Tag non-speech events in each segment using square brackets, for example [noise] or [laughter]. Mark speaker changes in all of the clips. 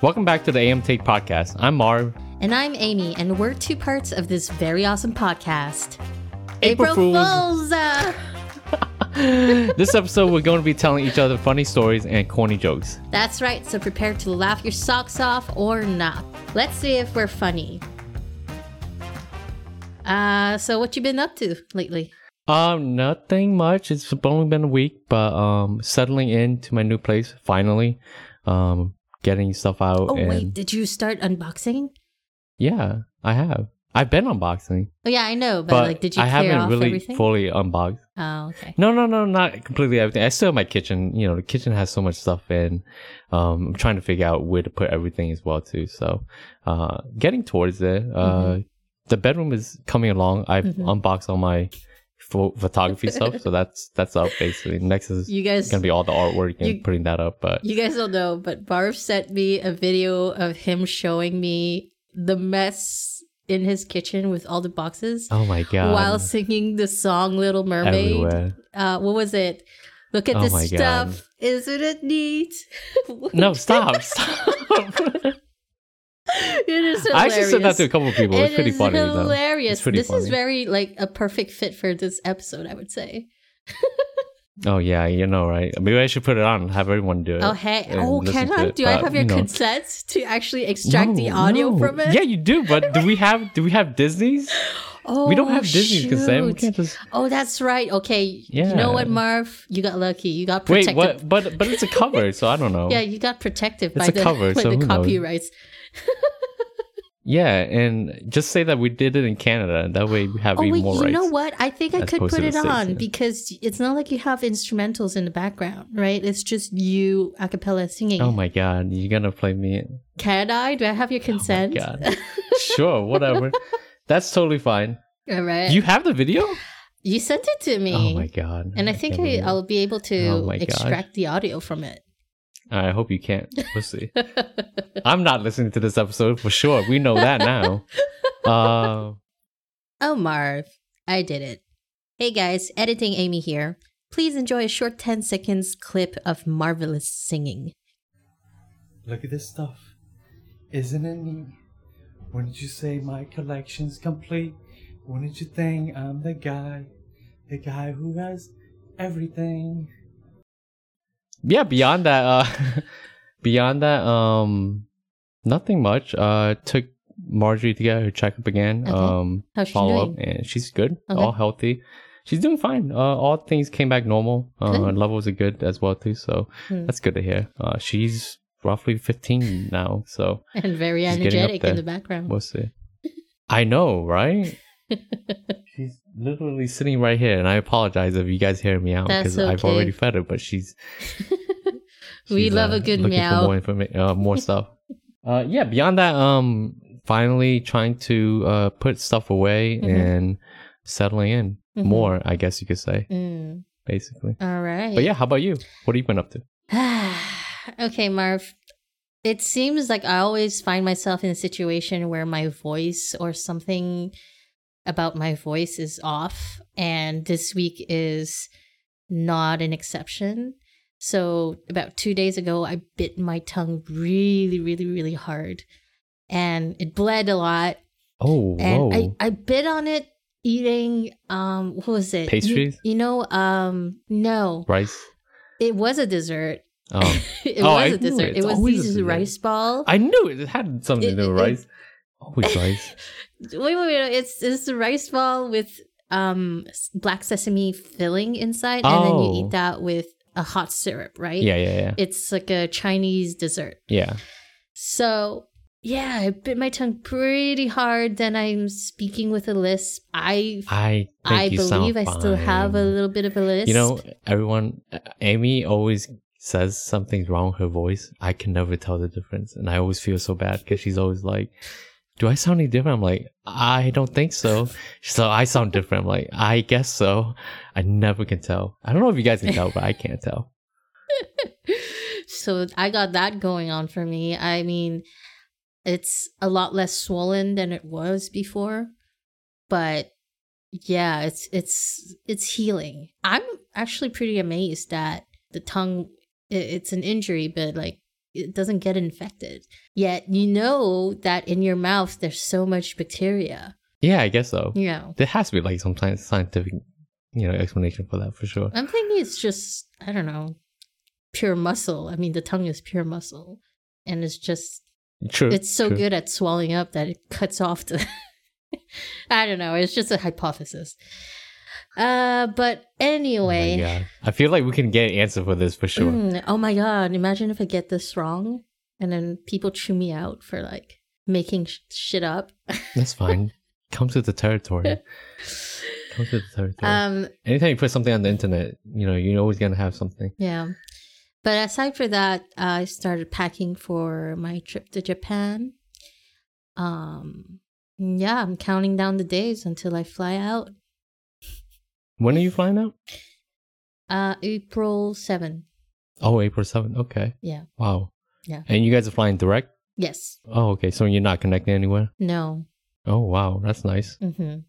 Speaker 1: Welcome back to the AM Take podcast. I'm
Speaker 2: [laughs]
Speaker 1: Marv.
Speaker 2: And I'm Amy, and we're two parts of this very awesome podcast.
Speaker 1: April Fools.
Speaker 2: Uh,
Speaker 1: this episode, we're going to be telling each other funny stories and corny jokes.
Speaker 2: That's right, so prepare to laugh your socks off or not. Let's see if we're funny. Uh, so what you been up to lately?
Speaker 1: Um, nothing much. It's only been a week, but um, settling into my new place finally. Um, getting stuff out.
Speaker 2: Oh
Speaker 1: and
Speaker 2: wait, did you start unboxing?
Speaker 1: yeah, I have. I've been unboxing,
Speaker 2: Oh yeah, I know, but,
Speaker 1: but
Speaker 2: like, did you
Speaker 1: I
Speaker 2: clear
Speaker 1: haven't
Speaker 2: off
Speaker 1: really
Speaker 2: everything?
Speaker 1: fully unboxed. [laughs]
Speaker 2: oh okay.
Speaker 1: No, no, no, not completely everything. I still have my kitchen. You know, the kitchen has so much stuff, and um, I'm trying to figure out where to put everything as well too. So, uh, getting towards it. Uh,
Speaker 2: Mm-hmm.
Speaker 1: the bedroom is coming along. I've
Speaker 2: Mhm.
Speaker 1: unboxed all my pho- photography stuff,
Speaker 2: [laughs]
Speaker 1: so that's that's up basically. Next is
Speaker 2: You guys,
Speaker 1: gonna be all the artwork and
Speaker 2: you-
Speaker 1: putting that up. But
Speaker 2: you guys don't know, but Barf sent me a video of him showing me the mess in his kitchen with all the boxes.
Speaker 1: oh my god,
Speaker 2: while singing the song Little Mermaid. [laughs]
Speaker 1: everywhere.
Speaker 2: Uh, what was it? Look at
Speaker 1: Oh my
Speaker 2: this
Speaker 1: God.
Speaker 2: stuff. Isn't it neat? [laughs]
Speaker 1: No, stop, stop.
Speaker 2: it is hilarious.
Speaker 1: I actually said that to a couple of people. It's
Speaker 2: It
Speaker 1: pretty
Speaker 2: is
Speaker 1: funny though.
Speaker 2: hilarious.
Speaker 1: It's pretty
Speaker 2: this is
Speaker 1: funny.
Speaker 2: very like a perfect fit for this episode, I would say.
Speaker 1: Oh yeah, you know, right? Maybe I should put it on and have everyone do it.
Speaker 2: Oh hey,
Speaker 1: and
Speaker 2: oh
Speaker 1: listen
Speaker 2: can
Speaker 1: to
Speaker 2: I?
Speaker 1: it,
Speaker 2: Do I
Speaker 1: but,
Speaker 2: have your
Speaker 1: you know.
Speaker 2: consent to actually extract the
Speaker 1: No,
Speaker 2: audio
Speaker 1: no.
Speaker 2: from it?
Speaker 1: Yeah, you do, but do we have do we have Disney's?
Speaker 2: Oh,
Speaker 1: we don't have Disney's consent. We
Speaker 2: shoot.
Speaker 1: can't just
Speaker 2: Oh, that's right. Okay, you
Speaker 1: Yeah.
Speaker 2: know what, Marv? You got lucky. You got
Speaker 1: wait.
Speaker 2: protected.
Speaker 1: What? But but it's a cover, so I don't know.
Speaker 2: [laughs] Yeah, you got protected
Speaker 1: It's
Speaker 2: by
Speaker 1: a
Speaker 2: the,
Speaker 1: cover,
Speaker 2: [laughs] by
Speaker 1: so
Speaker 2: the
Speaker 1: who knows?
Speaker 2: copyrights.
Speaker 1: Yeah, and just say that we did it in Canada. That way we have
Speaker 2: Oh
Speaker 1: even
Speaker 2: wait,
Speaker 1: more
Speaker 2: you
Speaker 1: rights.
Speaker 2: know what? I think I
Speaker 1: as
Speaker 2: could
Speaker 1: opposed
Speaker 2: put
Speaker 1: to
Speaker 2: it
Speaker 1: the States,
Speaker 2: on
Speaker 1: yeah.
Speaker 2: because it's not like you have instrumentals in the background, right? It's just you a cappella singing.
Speaker 1: Oh
Speaker 2: it.
Speaker 1: my god, you're gonna play me? Oh
Speaker 2: Can I? Do I have your consent? [laughs]
Speaker 1: God. sure, whatever. That's totally fine.
Speaker 2: All right.
Speaker 1: You
Speaker 2: You,
Speaker 1: have the video?
Speaker 2: sent it to me.
Speaker 1: Oh my god.
Speaker 2: And I think
Speaker 1: can't
Speaker 2: I,
Speaker 1: believe it.
Speaker 2: I'll be able to
Speaker 1: Oh my gosh.
Speaker 2: extract the audio from it.
Speaker 1: I hope you can't. We'll
Speaker 2: [laughs]
Speaker 1: see. I'm not listening to this episode for sure. We know that now.
Speaker 2: [laughs]
Speaker 1: Uh,
Speaker 2: Oh, Marv, I did it. Hey guys, editing Amy here. Please enjoy a short 10 seconds clip of marvelous singing.
Speaker 3: Look at this stuff. Isn't it neat? Wouldn't you say my collection's complete? Wouldn't you think I'm the guy? The guy who has everything.
Speaker 1: yeah beyond that uh [laughs] beyond that um nothing much uh took marjorie to get her checkup again
Speaker 2: Okay.
Speaker 1: um
Speaker 2: How's she
Speaker 1: follow
Speaker 2: doing?
Speaker 1: up and she's good
Speaker 2: Okay.
Speaker 1: all healthy she's doing fine uh all things came back normal uh
Speaker 2: Good.
Speaker 1: levels are good as well too so
Speaker 2: Hmm.
Speaker 1: that's good to hear uh she's roughly 15 now so
Speaker 2: [laughs] And very
Speaker 1: She's getting up
Speaker 2: energetic in
Speaker 1: there.
Speaker 2: the background.
Speaker 1: we'll see i know right
Speaker 2: [laughs]
Speaker 1: she's literally sitting right here and i apologize if you guys hear me out
Speaker 2: That's
Speaker 1: because i've
Speaker 2: okay.
Speaker 1: already fed her but she's
Speaker 2: [laughs] We
Speaker 1: She's,
Speaker 2: love
Speaker 1: uh,
Speaker 2: a good
Speaker 1: looking
Speaker 2: meow.
Speaker 1: For more information, uh, more stuff.
Speaker 2: [laughs]
Speaker 1: Uh, yeah. Beyond that, um, finally trying to uh put stuff away
Speaker 2: Mhm.
Speaker 1: and settling in
Speaker 2: Mhm.
Speaker 1: more. I guess you could say
Speaker 2: Mm,
Speaker 1: basically.
Speaker 2: all right.
Speaker 1: But yeah, how about you? What have you been up to?
Speaker 2: [sighs] okay, Marv. It seems like I always find myself in a situation where my voice or something about my voice is off, and this week is not an exception. So, about two days ago, I bit my tongue really, really, really hard, and it bled a lot.
Speaker 1: Oh,
Speaker 2: and I,
Speaker 1: whoa!
Speaker 2: I bit on it eating um what was it You-
Speaker 1: Pastries?
Speaker 2: you, know um no
Speaker 1: Rice.
Speaker 2: it was a dessert [laughs]
Speaker 1: Um,
Speaker 2: it
Speaker 1: Oh, I
Speaker 2: was a
Speaker 1: knew
Speaker 2: dessert
Speaker 1: it.
Speaker 2: it
Speaker 1: It's
Speaker 2: was
Speaker 1: always a
Speaker 2: these
Speaker 1: dessert.
Speaker 2: rice ball
Speaker 1: I knew it. It had something
Speaker 2: It-
Speaker 1: to do with
Speaker 2: it-
Speaker 1: rice. Always
Speaker 2: [laughs]
Speaker 1: rice.
Speaker 2: wait wait wait it's it's the rice ball with um s- black sesame filling inside and then you
Speaker 1: Oh.
Speaker 2: eat that with a hot syrup right
Speaker 1: Yeah, yeah, yeah,
Speaker 2: it's like a chinese dessert
Speaker 1: yeah.
Speaker 2: So yeah, I bit my tongue pretty hard. Then I'm speaking with a lisp. I
Speaker 1: I think
Speaker 2: I
Speaker 1: you
Speaker 2: believe
Speaker 1: sound
Speaker 2: I still have a
Speaker 1: fine.
Speaker 2: little bit of a lisp.
Speaker 1: You know, everyone, Amy always says something's wrong with her voice. I can never tell the difference. And I always feel so bad because she's always like, Do I sound any different? I'm like, I don't think so. [laughs] So I sound different. I'm like, I guess so. I never can tell. I don't know if you guys can tell, but I can't tell.
Speaker 2: so I got that going on for me. I mean, it's a lot less swollen than it was before, but yeah, it's it's it's healing. I'm actually pretty amazed that the tongue i- it's an injury, but like it doesn't get infected. Yet you know that in your mouth there's so much bacteria.
Speaker 1: Yeah, I guess so.
Speaker 2: You know,
Speaker 1: There has to be like some sci- scientific, you know, explanation for that for sure.
Speaker 2: I'm thinking it's just I don't know, pure muscle. I mean, the tongue is pure muscle, and it's just
Speaker 1: True.
Speaker 2: it's so
Speaker 1: true.
Speaker 2: good at swelling up that it cuts off the [laughs] I don't know, it's just a hypothesis. Uh but
Speaker 1: Oh my
Speaker 2: anyway.
Speaker 1: God. I feel like we can get an answer for this for sure.
Speaker 2: Mm, oh my god, imagine if I get this wrong and then people chew me out for like making sh- shit up.
Speaker 1: That's fine. Comes with the
Speaker 2: [laughs]
Speaker 1: territory. Comes with the territory.
Speaker 2: Um
Speaker 1: Anytime you put something on the internet, you know, you're always gonna have something.
Speaker 2: yeah. But aside from that, I started packing for my trip to Japan. Um yeah, I'm counting down the days until I fly out.
Speaker 1: When are you flying out?
Speaker 2: Uh April 7th.
Speaker 1: Oh, April seventh. Okay.
Speaker 2: Yeah.
Speaker 1: Wow.
Speaker 2: Yeah.
Speaker 1: And you guys are flying direct?
Speaker 2: Yes.
Speaker 1: Oh, okay. So you're not connecting anywhere?
Speaker 2: No.
Speaker 1: Oh, wow. That's nice.
Speaker 2: Mm-hmm.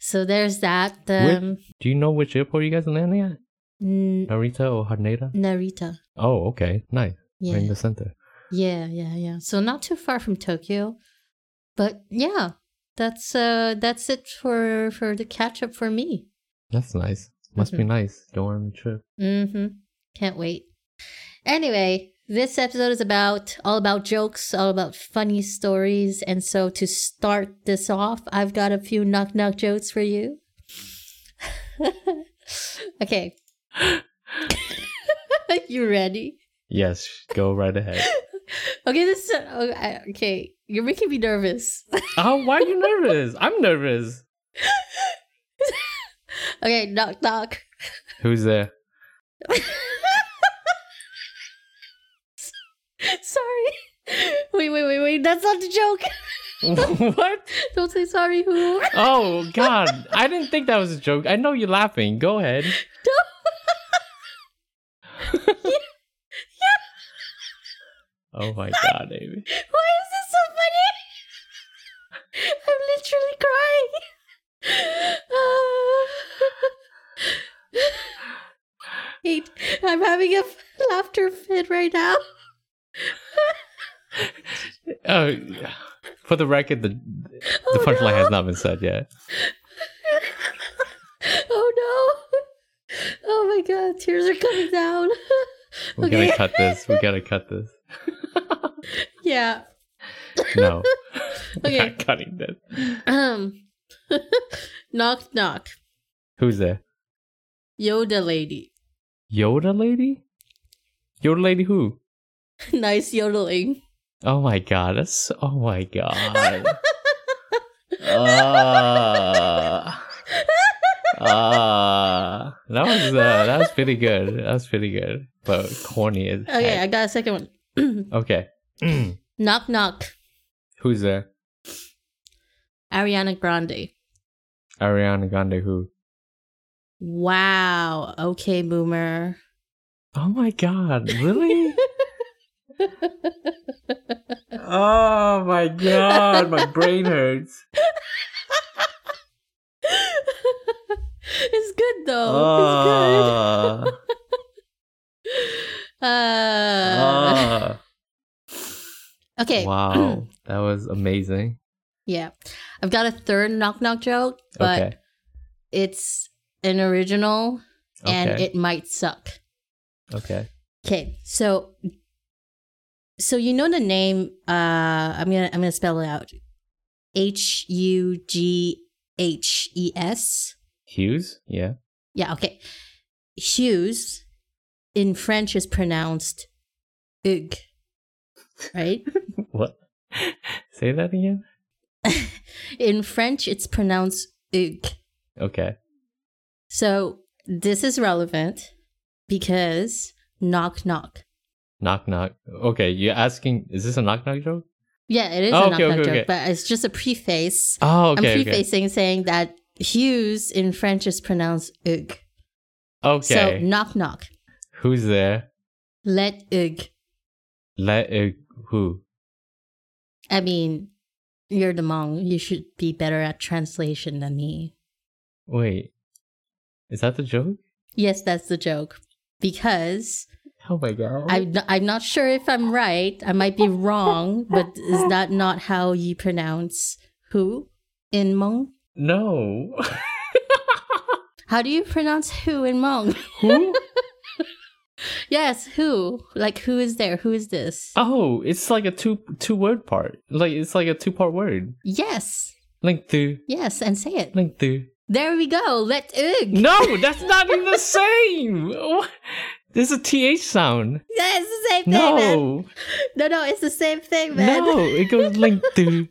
Speaker 2: So there's that.
Speaker 1: Where-
Speaker 2: Um,
Speaker 1: Do you know which airport you guys are landing at?
Speaker 2: N-
Speaker 1: Narita or Haneda?
Speaker 2: Narita.
Speaker 1: Oh, okay. Nice.
Speaker 2: Yeah.
Speaker 1: Right in the center.
Speaker 2: Yeah, yeah, yeah. So not too far from Tokyo. But yeah, that's uh that's it for for the catch up for me.
Speaker 1: That's nice. Must be nice. Dorm trip.
Speaker 2: Mm-hmm. Can't wait. Anyway, this episode is about all about jokes, all about funny stories, and so to start this off, I've got a few knock knock jokes for you. [laughs] okay. [laughs] you ready?
Speaker 1: Yes. Go right ahead.
Speaker 2: Okay, this is oh, I- okay. You're making me nervous.
Speaker 1: [laughs]
Speaker 2: [laughs]
Speaker 1: oh, why are you nervous? I'm nervous.
Speaker 2: okay, knock knock.
Speaker 1: Who's there?
Speaker 2: [laughs]
Speaker 1: [laughs]
Speaker 2: sorry. [laughs] Wait, wait, wait, wait. That's not the joke.
Speaker 1: what?
Speaker 2: [laughs] Don't say sorry, who? [laughs]
Speaker 1: Oh God! I didn't think that was a joke. I know you're laughing. Go ahead. Oh my God, Amy.
Speaker 2: [laughs] Why is this so funny? [laughs] I'm literally crying. [laughs] Eight. I'm having a f- laughter fit right now.
Speaker 1: Oh, for the record, the the
Speaker 2: Oh,
Speaker 1: punchline
Speaker 2: no.
Speaker 1: has not been said yet.
Speaker 2: [laughs] oh no. Oh my god, tears are coming down. [laughs]
Speaker 1: We're
Speaker 2: Okay.
Speaker 1: gonna cut this. We gotta cut this.
Speaker 2: yeah.
Speaker 1: No.
Speaker 2: [laughs] Okay.
Speaker 1: We're not cutting this.
Speaker 2: Um. [clears throat] knock knock.
Speaker 1: Who's there?
Speaker 2: Yoda lady. [laughs]
Speaker 1: Yoda lady. Yoda lady who?
Speaker 2: nice yodeling.
Speaker 1: Oh my God! That's oh my God. Uh. Ah. Ah, that was uh, that was pretty good. That was pretty good, but corny as heck.
Speaker 2: [laughs] Okay, Mm. I got a second one. [clears throat]
Speaker 1: Okay.
Speaker 2: knock knock.
Speaker 1: Who's there?
Speaker 2: Ariana Grande.
Speaker 1: Ariana Grande. Who?
Speaker 2: Wow. Okay, boomer. [laughs]
Speaker 1: Oh my god! Really? oh my god! My brain
Speaker 2: [laughs]
Speaker 1: hurts.
Speaker 2: it's good though. Oh, It's
Speaker 1: Ah,
Speaker 2: good. [laughs] Uh,
Speaker 1: ah.
Speaker 2: okay.
Speaker 1: Wow, that was amazing.
Speaker 2: [clears throat] yeah. I've got a third knock knock joke, but
Speaker 1: okay.
Speaker 2: it's an original and
Speaker 1: okay.
Speaker 2: it might suck.
Speaker 1: okay.
Speaker 2: Okay, so so you know the name. Uh, I'm gonna I'm gonna spell it out. H U G H E S.
Speaker 1: Hughes. Yeah. [laughs]
Speaker 2: Yeah. Okay. Hughes in French is pronounced "ug," right? [laughs]
Speaker 1: What? [laughs] Say that again.
Speaker 2: in French, it's pronounced "ug."
Speaker 1: Okay.
Speaker 2: So this is relevant because knock knock.
Speaker 1: Knock knock. Okay, you're asking. Is this a knock knock joke?
Speaker 2: Yeah, it is
Speaker 1: Oh,
Speaker 2: a
Speaker 1: okay,
Speaker 2: knock
Speaker 1: okay,
Speaker 2: knock
Speaker 1: okay.
Speaker 2: joke, but it's just a preface.
Speaker 1: Oh, okay.
Speaker 2: I'm
Speaker 1: okay.
Speaker 2: prefacing saying that Hughes in French is pronounced ug. So
Speaker 1: Okay.
Speaker 2: knock knock.
Speaker 1: Who's there?
Speaker 2: Let ug.
Speaker 1: Let it who?
Speaker 2: I mean, you're the Hmong. You should be better at translation than me.
Speaker 1: Wait. Is that the joke?
Speaker 2: Yes, that's the joke. Because
Speaker 1: Oh my god.
Speaker 2: I'm not, I'm not sure if I'm right. I might be wrong, but is that not how you pronounce who in Hmong?
Speaker 1: no. [laughs]
Speaker 2: How do you pronounce who in Hmong? [laughs]
Speaker 1: Who?
Speaker 2: Yes, who? Like who is there? Who is this?
Speaker 1: Oh, it's like a two two word part. Like it's like a two part word.
Speaker 2: Yes.
Speaker 1: Link through.
Speaker 2: Yes, and say it.
Speaker 1: Link through.
Speaker 2: There we go. Let ug.
Speaker 1: No, that's not even the same. What? There's a th sound.
Speaker 2: Yeah, it's the same thing, man.
Speaker 1: No,
Speaker 2: No, no, it's the same thing, man.
Speaker 1: no, it goes link through.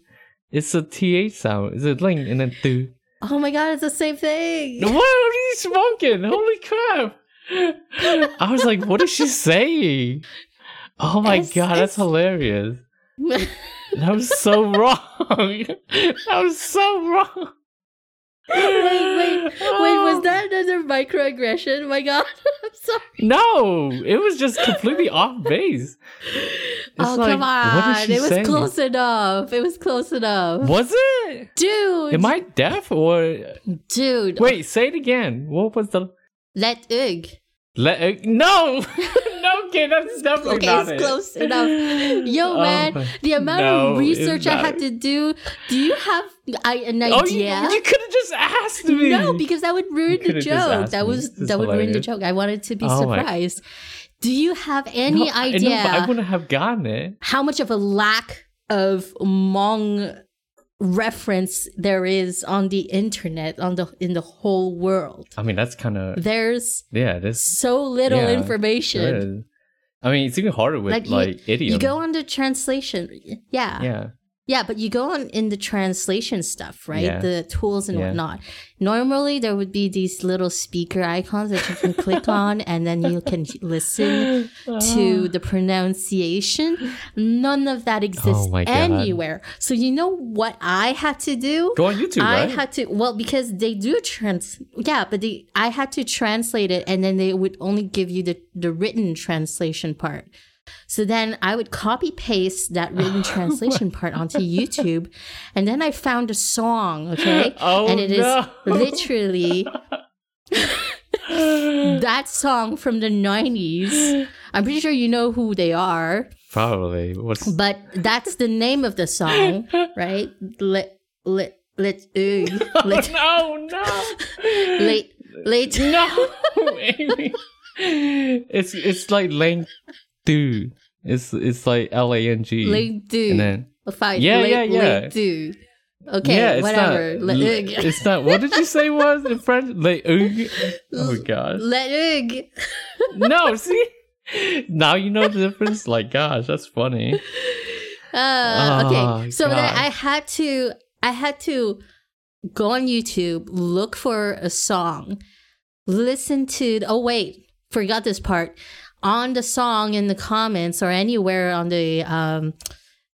Speaker 1: It's a th sound. It's a link and then through.
Speaker 2: Oh my god, it's the same thing. [laughs]
Speaker 1: What are you smoking? Holy crap! I was like, what is she saying? Oh my
Speaker 2: It's-
Speaker 1: god, that's
Speaker 2: it's-
Speaker 1: hilarious. That was so [laughs] wrong. that was so wrong.
Speaker 2: wait, Wait, was that another microaggression? Oh My god. I'm sorry.
Speaker 1: No, it was just completely off base. It's
Speaker 2: oh
Speaker 1: like,
Speaker 2: come
Speaker 1: what is
Speaker 2: on.
Speaker 1: she
Speaker 2: It was
Speaker 1: saying?
Speaker 2: close enough. It was close enough.
Speaker 1: Was it?
Speaker 2: Dude.
Speaker 1: Am I deaf or
Speaker 2: Dude.
Speaker 1: wait? Say it again. What was the
Speaker 2: Let ug.
Speaker 1: let? uh,
Speaker 2: [laughs]
Speaker 1: No, no, kid, that's definitely
Speaker 2: Okay,
Speaker 1: not
Speaker 2: it's
Speaker 1: it.
Speaker 2: close enough. Yo,
Speaker 1: Oh
Speaker 2: man,
Speaker 1: my-
Speaker 2: the amount
Speaker 1: No,
Speaker 2: of research
Speaker 1: it's
Speaker 2: I
Speaker 1: not.
Speaker 2: had to do. Do you have I, an
Speaker 1: Oh, you,
Speaker 2: idea?
Speaker 1: you could have just asked me.
Speaker 2: no, because that would ruin the
Speaker 1: could've just
Speaker 2: joke.
Speaker 1: asked
Speaker 2: That
Speaker 1: me.
Speaker 2: was
Speaker 1: This is
Speaker 2: that would ruin the
Speaker 1: hilarious.
Speaker 2: joke. I wanted to be
Speaker 1: Oh my-
Speaker 2: surprised. Do you have any
Speaker 1: No, I- no,
Speaker 2: idea
Speaker 1: but I wouldn't have gotten it.
Speaker 2: how much of a lack of Hmong reference there is on the internet on the in the whole world?
Speaker 1: I mean, that's kind of
Speaker 2: There's
Speaker 1: yeah. This
Speaker 2: so little
Speaker 1: Yeah,
Speaker 2: information.
Speaker 1: is. I mean, it's even harder with
Speaker 2: Like,
Speaker 1: like,
Speaker 2: you-
Speaker 1: idiom.
Speaker 2: You go on the translation. Yeah.
Speaker 1: yeah,
Speaker 2: Yeah, but you go on in the translation stuff, right?
Speaker 1: Yeah.
Speaker 2: The tools and
Speaker 1: Yeah.
Speaker 2: whatnot. Normally, there would be these little speaker icons that you can
Speaker 1: [laughs]
Speaker 2: click on, and then you can h- listen
Speaker 1: Ah.
Speaker 2: to the pronunciation. None of that exists
Speaker 1: Oh my God.
Speaker 2: anywhere. So you know what I had to do?
Speaker 1: go on YouTube,
Speaker 2: I
Speaker 1: right?
Speaker 2: had to well because they do trans yeah, but they I had to translate it and then they would only give you the the written translation part. So then I would copy paste
Speaker 1: [laughs]
Speaker 2: that written translation part onto YouTube and then I found a song, okay?
Speaker 1: [laughs] Oh,
Speaker 2: and it is
Speaker 1: no.
Speaker 2: literally that song from the 90s. I'm pretty sure you know who they are,
Speaker 1: Probably. What's
Speaker 2: but that's the name of the song,
Speaker 1: [laughs]
Speaker 2: right? Let let let [laughs] let
Speaker 1: no,
Speaker 2: Oh,
Speaker 1: no,
Speaker 2: late late
Speaker 1: [laughs] no, Amy. It's it's like lang, dude. It's it's like L A N G.
Speaker 2: [laughs] late
Speaker 1: And
Speaker 2: dude
Speaker 1: then
Speaker 2: fine
Speaker 1: Yeah,
Speaker 2: late,
Speaker 1: yeah, yeah.
Speaker 2: late dude okay
Speaker 1: yeah, it's
Speaker 2: whatever
Speaker 1: Not,
Speaker 2: let [laughs]
Speaker 1: l- it's not. What did you say was in French? Like, ug. Oh god.
Speaker 2: let
Speaker 1: No, see. Now you know the difference. Like, gosh, that's funny.
Speaker 2: uh, okay
Speaker 1: Oh,
Speaker 2: so then
Speaker 1: God.
Speaker 2: i had to i had to go on youtube look for a song listen to oh wait forgot this part on the song in the comments or anywhere on the um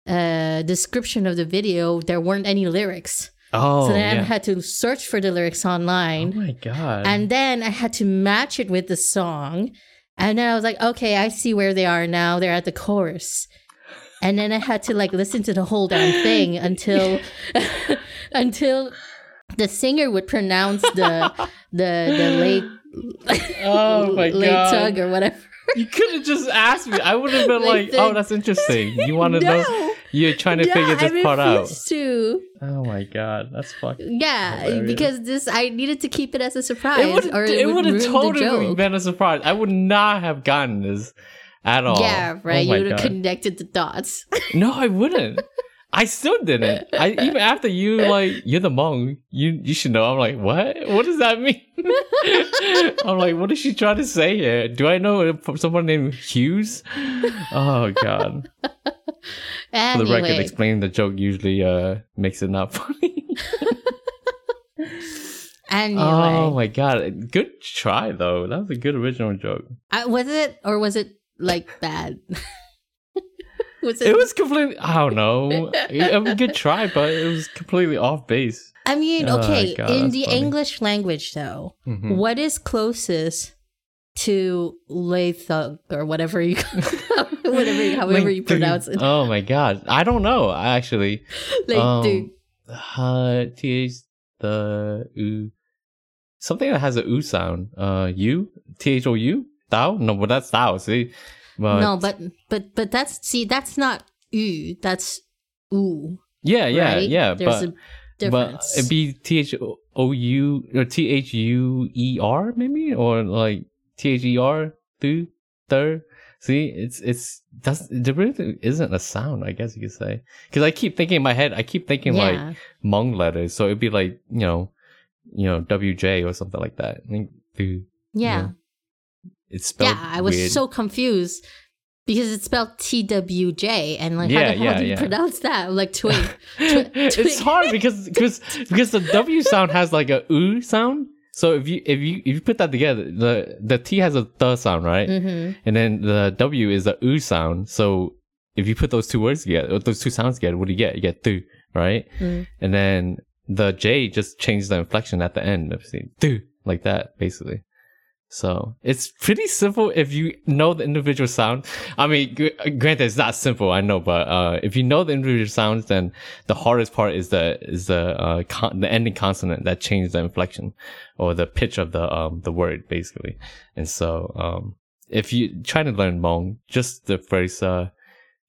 Speaker 2: uh description of the video there weren't any lyrics
Speaker 1: Oh,
Speaker 2: so then
Speaker 1: yeah.
Speaker 2: i had to search for the lyrics online
Speaker 1: oh my god.
Speaker 2: and then I had to match it with the song. And then I was like, okay, I see where they are now. They're at the chorus. And then I had to like listen to the whole damn thing until [laughs] until the singer would pronounce [laughs] the the the late
Speaker 1: oh my
Speaker 2: late
Speaker 1: god.
Speaker 2: tug or whatever.
Speaker 1: You could have just asked me. I would have been
Speaker 2: Like
Speaker 1: like,
Speaker 2: the-
Speaker 1: "Oh, that's interesting. You want to know?
Speaker 2: [laughs] no,
Speaker 1: You're trying to
Speaker 2: yeah,
Speaker 1: figure
Speaker 2: I
Speaker 1: this part out."
Speaker 2: refused to.
Speaker 1: Oh my god, that's fucking.
Speaker 2: Yeah,
Speaker 1: Hilarious.
Speaker 2: because this I needed to keep it as a surprise,
Speaker 1: It would.
Speaker 2: or it,
Speaker 1: It would have
Speaker 2: ruin the
Speaker 1: totally
Speaker 2: joke.
Speaker 1: been a surprise. I would not have gotten this at all.
Speaker 2: Yeah, right.
Speaker 1: Oh my
Speaker 2: you would have
Speaker 1: God.
Speaker 2: connected the dots.
Speaker 1: No, I wouldn't. I still didn't. I even after you like you're the monk, you you should know. I'm like, what? What does that mean? [laughs] I'm like, what is she trying to say here? Do I know someone named Hughes? Oh
Speaker 2: [laughs]
Speaker 1: god. For the record,
Speaker 2: Anyway,
Speaker 1: explaining the joke usually uh makes it not funny.
Speaker 2: anyway,
Speaker 1: Oh my god. Good try though. That was a good original joke.
Speaker 2: I, was it or was it like bad? [laughs] was it?
Speaker 1: It was completely I don't
Speaker 2: [laughs]
Speaker 1: know. I mean, good try, but it was completely off base.
Speaker 2: I mean,
Speaker 1: Oh,
Speaker 2: okay,
Speaker 1: God,
Speaker 2: in
Speaker 1: that's
Speaker 2: the
Speaker 1: funny.
Speaker 2: English language though,
Speaker 1: Mhm.
Speaker 2: what is closest to lay thug or whatever you, [laughs] whatever, however
Speaker 1: Like,
Speaker 2: you
Speaker 1: dude.
Speaker 2: pronounce it,
Speaker 1: Oh my god. I don't know actually.
Speaker 2: [laughs] like
Speaker 1: um,
Speaker 2: dude.
Speaker 1: Uh, th the oo something that has a oo sound. Uh, u t h o u. Tao? No, but that's Tao, see? But,
Speaker 2: no, but but but that's see, that's not u. That's ooh.
Speaker 1: yeah, yeah,
Speaker 2: right?
Speaker 1: yeah. but
Speaker 2: There's a difference.
Speaker 1: But it'd be T H O U or T H U E R maybe or like T H E R thu thur. See, it's it's that's there really isn't a sound, I guess you could say. Because I keep thinking in my head, I keep thinking like
Speaker 2: yeah.
Speaker 1: Hmong letters, so it'd be like you know, you know W J or something like that. I think thu.
Speaker 2: yeah.
Speaker 1: It's spelled.
Speaker 2: Yeah, I was
Speaker 1: weird. [laughs]
Speaker 2: so confused because it's spelled T W J, and like,
Speaker 1: Yeah,
Speaker 2: how the hell
Speaker 1: yeah,
Speaker 2: do you
Speaker 1: yeah.
Speaker 2: pronounce that? I'm
Speaker 1: [laughs]
Speaker 2: like, twig. Twi-
Speaker 1: it's
Speaker 2: twig.
Speaker 1: hard because
Speaker 2: [laughs]
Speaker 1: because because the W sound has like a oo sound. So if you if you if you put that together, the the T has a the sound, right?
Speaker 2: hmm
Speaker 1: And then the W is the oo sound. So if you put those two words together, or those two sounds together, what do you get? You get thu, right?
Speaker 2: Mm.
Speaker 1: And then the J just changes the inflection at the end of the thu, like that, basically. So it's pretty simple if you know the individual sound. I mean, gr- granted, it's not simple, I know, but uh, if you know the individual sounds, then the hardest part is the is the uh, con- the ending consonant that changes the inflection or the pitch of the um the word basically. And so um, if you try to learn Hmong, just the first uh,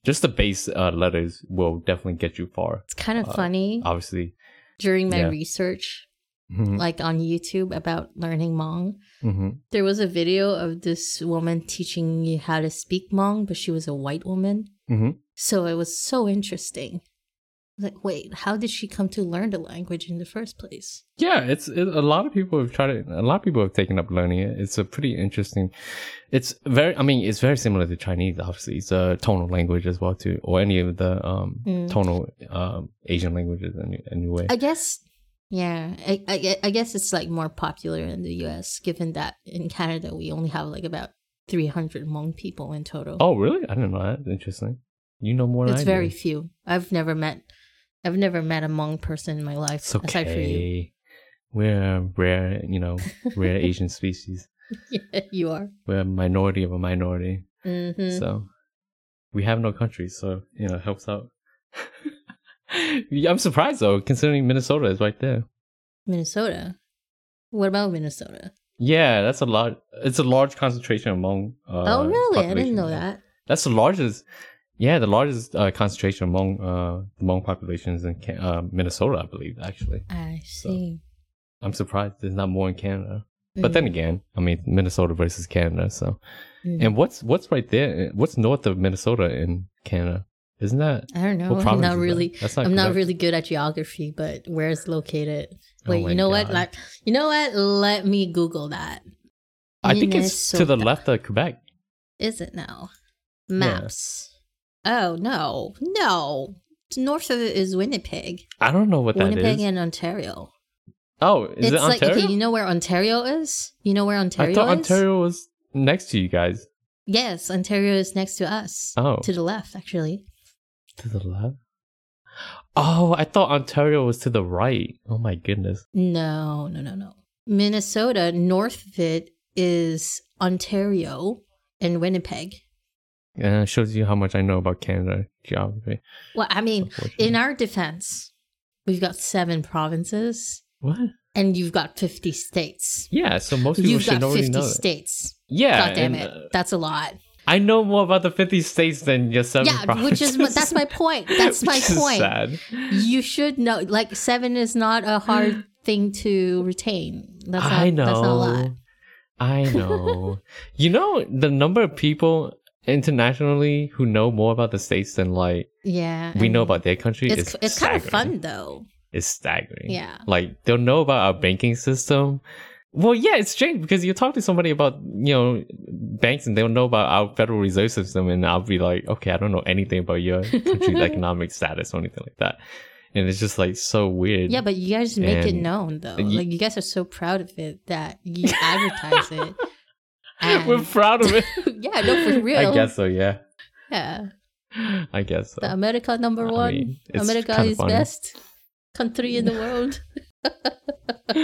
Speaker 1: just the base uh, letters will definitely get you far.
Speaker 2: It's kind of
Speaker 1: Uh,
Speaker 2: funny
Speaker 1: Obviously,
Speaker 2: during my
Speaker 1: yeah.
Speaker 2: research,
Speaker 1: Mhm,
Speaker 2: like on YouTube about learning Hmong.
Speaker 1: mhm.
Speaker 2: There was a video of this woman teaching you how to speak Hmong, but she was a white woman.
Speaker 1: Mhm.
Speaker 2: So it was so interesting. Like, wait, how did she come to learn the language in the first place?
Speaker 1: yeah, it's it, a lot of people have tried it. A lot of people have taken up learning it. It's a pretty interesting. It's very. I mean, it's very similar to Chinese. Obviously, it's a tonal language as well too, or any of the um
Speaker 2: Mm.
Speaker 1: tonal um Asian languages any, anyway.
Speaker 2: I guess, yeah, I, I, gue- I guess it's like more popular in the US, given that in Canada we only have like about 300 Hmong people in total.
Speaker 1: oh, really? I didn't know that. Interesting. You know more.
Speaker 2: it's
Speaker 1: than I
Speaker 2: very
Speaker 1: Do.
Speaker 2: few. I've never met, I've never met a Hmong person in my life
Speaker 1: It's okay.
Speaker 2: aside from you. [laughs]
Speaker 1: We're a rare, you know, rare Asian species.
Speaker 2: you are.
Speaker 1: We're a minority of a minority.
Speaker 2: hmm
Speaker 1: So we have no country, so you know, it helps out. [laughs] Yeah, I'm surprised though, considering Minnesota is right there.
Speaker 2: Minnesota. What about Minnesota?
Speaker 1: Yeah, that's a lot. It's a large concentration among. Uh,
Speaker 2: oh, really? I didn't
Speaker 1: population.
Speaker 2: know that.
Speaker 1: That's the largest. Yeah, the largest uh, concentration among uh, among populations in Can- uh, Minnesota, I believe. Actually,
Speaker 2: I
Speaker 1: So,
Speaker 2: see.
Speaker 1: I'm surprised there's not more in Canada. But then
Speaker 2: Mhm.
Speaker 1: again, I mean Minnesota versus Canada. So,
Speaker 2: Mhm.
Speaker 1: and what's what's right there? What's north of Minnesota in Canada? Isn't that
Speaker 2: Mm. I don't know.
Speaker 1: what
Speaker 2: I'm
Speaker 1: province
Speaker 2: Oh, [laughs] not
Speaker 1: is that?
Speaker 2: really.
Speaker 1: That's
Speaker 2: I'm not
Speaker 1: Quebec.
Speaker 2: really good at geography, but where it's located.
Speaker 1: Oh
Speaker 2: Wait,
Speaker 1: my
Speaker 2: you know what?
Speaker 1: God.
Speaker 2: Like, you know what? Let me Google that.
Speaker 1: I think it's to the
Speaker 2: Minnesota.
Speaker 1: left of Quebec.
Speaker 2: Is it now?
Speaker 1: Yeah.
Speaker 2: Maps. Oh no, no. North of it is Winnipeg,
Speaker 1: I don't know what that is.
Speaker 2: Winnipeg and Ontario.
Speaker 1: oh, is
Speaker 2: it's
Speaker 1: it
Speaker 2: like
Speaker 1: Ontario?
Speaker 2: okay, you know where Ontario is? You know where Ontario
Speaker 1: I thought
Speaker 2: is?
Speaker 1: Ontario was next to you guys.
Speaker 2: Yes, Ontario is next to us.
Speaker 1: Oh,
Speaker 2: To the left, actually.
Speaker 1: to the left. Oh, I thought Ontario was to the right. Oh my goodness.
Speaker 2: No, no, no, no. Minnesota, north of it is Ontario and Winnipeg.
Speaker 1: Yeah, Uh, it shows you how much I know about Canada geography.
Speaker 2: Well, I mean,
Speaker 1: unfortunately.
Speaker 2: in our defense, we've got seven provinces
Speaker 1: what?
Speaker 2: and you've got 50 states.
Speaker 1: Yeah, so most people
Speaker 2: You've
Speaker 1: should
Speaker 2: got
Speaker 1: already
Speaker 2: 50
Speaker 1: know. That.
Speaker 2: states.
Speaker 1: Yeah,
Speaker 2: God damn
Speaker 1: and,
Speaker 2: it.
Speaker 1: uh,
Speaker 2: That's a lot.
Speaker 1: I know more about the fifty states than your seven
Speaker 2: Yeah, which is
Speaker 1: provinces.
Speaker 2: that's
Speaker 1: [laughs]
Speaker 2: my point. That's my
Speaker 1: Which is
Speaker 2: point.
Speaker 1: sad.
Speaker 2: You should know like 7 is not a hard thing to retain. That's not,
Speaker 1: I know.
Speaker 2: that's not a lot.
Speaker 1: I
Speaker 2: [laughs]
Speaker 1: know. you know the number of people internationally who know more about the states than like
Speaker 2: Yeah.
Speaker 1: we
Speaker 2: and
Speaker 1: know about their country
Speaker 2: Mm-hmm. It's
Speaker 1: is
Speaker 2: it's kind of
Speaker 1: staggering.
Speaker 2: fun though.
Speaker 1: It's staggering.
Speaker 2: Yeah.
Speaker 1: Like they'll know about our banking system. Well, yeah, it's strange because you talk to somebody about you know banks and they'll know about our Federal Reserve System, and I'll be like, okay, I don't know anything about your
Speaker 2: [laughs]
Speaker 1: country's economic status or anything like that, and it's just like so weird.
Speaker 2: Yeah, but you guys make it
Speaker 1: And-
Speaker 2: known though.
Speaker 1: and you-
Speaker 2: like you guys are so proud of it that you advertise
Speaker 1: [laughs] [laughs]
Speaker 2: it. [laughs]
Speaker 1: we're
Speaker 2: And-
Speaker 1: proud of it.
Speaker 2: yeah, no, for
Speaker 1: [laughs]
Speaker 2: real.
Speaker 1: I guess so. Yeah,
Speaker 2: Yeah,
Speaker 1: [laughs] I guess so.
Speaker 2: the
Speaker 1: [laughs]
Speaker 2: America number
Speaker 1: I
Speaker 2: one.
Speaker 1: mean, it's
Speaker 2: America
Speaker 1: kinda
Speaker 2: is
Speaker 1: funny.
Speaker 2: best country in
Speaker 1: [laughs]
Speaker 2: the world.
Speaker 1: but
Speaker 2: [laughs] but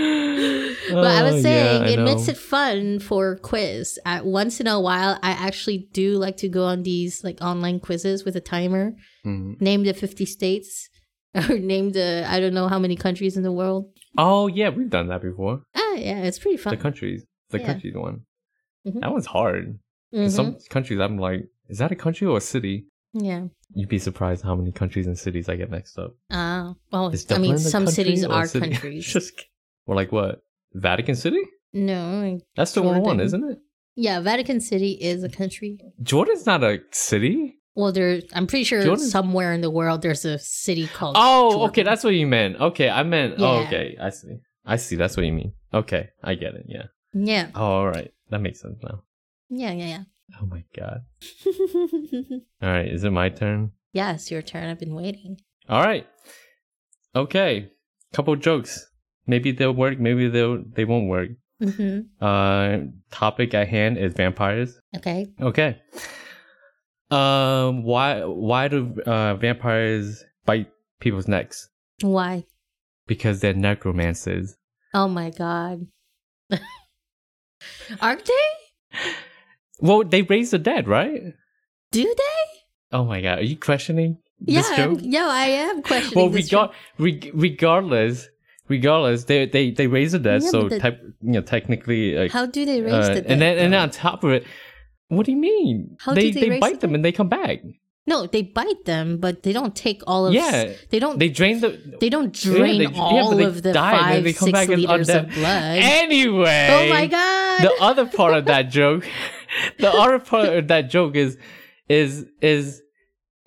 Speaker 2: I was saying it makes it fun for quiz. I, once in a while, I actually do like to go on these like online quizzes with a timer.
Speaker 1: Mm.
Speaker 2: Name the fifty states, [laughs] or name the I don't know how many countries in the world.
Speaker 1: Oh yeah, we've done that before.
Speaker 2: Ah, yeah, it's pretty
Speaker 1: The
Speaker 2: fun.
Speaker 1: countries, the
Speaker 2: Yeah.
Speaker 1: countries one.
Speaker 2: Mhm.
Speaker 1: That one's hard.
Speaker 2: Mm-hmm.
Speaker 1: In Some countries, I'm like, is that a country or a city?
Speaker 2: yeah.
Speaker 1: You'd be surprised how many countries and cities I get mixed up.
Speaker 2: Uh, well,
Speaker 1: Is
Speaker 2: I
Speaker 1: Dublin
Speaker 2: mean,
Speaker 1: a
Speaker 2: some
Speaker 1: country
Speaker 2: cities
Speaker 1: or a
Speaker 2: are
Speaker 1: city? [laughs]
Speaker 2: countries.
Speaker 1: Just kidding. Well, like what? Vatican City?
Speaker 2: no.
Speaker 1: That's the only one,
Speaker 2: Jordan.
Speaker 1: isn't it?
Speaker 2: Yeah, Vatican City is a country.
Speaker 1: Jordan's not a city.
Speaker 2: Well, there. I'm pretty sure
Speaker 1: Jordan-
Speaker 2: somewhere in the world there's a city called.
Speaker 1: Oh,
Speaker 2: Jordan.
Speaker 1: okay, that's what you meant. Okay, I meant. Oh,
Speaker 2: Yeah.
Speaker 1: okay, I see. I see. That's what you mean. Okay, I get it. Yeah.
Speaker 2: Yeah,
Speaker 1: Oh, all right, that makes sense now.
Speaker 2: yeah, yeah,
Speaker 1: Oh my god.
Speaker 2: yeah. [laughs]
Speaker 1: All right, is it my turn?
Speaker 2: yeah, it's your turn. I've been waiting.
Speaker 1: All right. Okay, couple jokes. Maybe they'll work. Maybe they'll they won't work.
Speaker 2: hmm
Speaker 1: Uh, topic at hand is vampires.
Speaker 2: Okay.
Speaker 1: Okay. Um, why why do uh, vampires bite people's necks?
Speaker 2: Why?
Speaker 1: Because they're necromancers.
Speaker 2: Oh my god. [laughs] are they?
Speaker 1: Well, they raise the dead, right?
Speaker 2: Do they?
Speaker 1: Oh my god, are you questioning this
Speaker 2: yeah.
Speaker 1: joke?
Speaker 2: I'm- Yeah, I am questioning.
Speaker 1: Well,
Speaker 2: this
Speaker 1: regar- re- regardless, regardless, they they they raise the dead,
Speaker 2: Yeah,
Speaker 1: so
Speaker 2: but the-
Speaker 1: type, you know technically,
Speaker 2: joke.
Speaker 1: like,
Speaker 2: How do they raise
Speaker 1: uh,
Speaker 2: the dead?
Speaker 1: and then and
Speaker 2: though?
Speaker 1: on top of it, what do you mean?
Speaker 2: How
Speaker 1: they
Speaker 2: do they
Speaker 1: they
Speaker 2: raise
Speaker 1: bite
Speaker 2: the
Speaker 1: them and they come back.
Speaker 2: no, they bite them, but they don't take all of.
Speaker 1: Yeah,
Speaker 2: they don't.
Speaker 1: They
Speaker 2: They,
Speaker 1: drain the
Speaker 2: don't
Speaker 1: Yeah, they-
Speaker 2: drain
Speaker 1: yeah, but
Speaker 2: all
Speaker 1: they
Speaker 2: of the
Speaker 1: die, and then
Speaker 2: five
Speaker 1: they come
Speaker 2: six
Speaker 1: back as
Speaker 2: liters of
Speaker 1: undead.
Speaker 2: blood.
Speaker 1: Anyway,
Speaker 2: oh my god.
Speaker 1: the other part of that joke [laughs] the other part of that joke is is is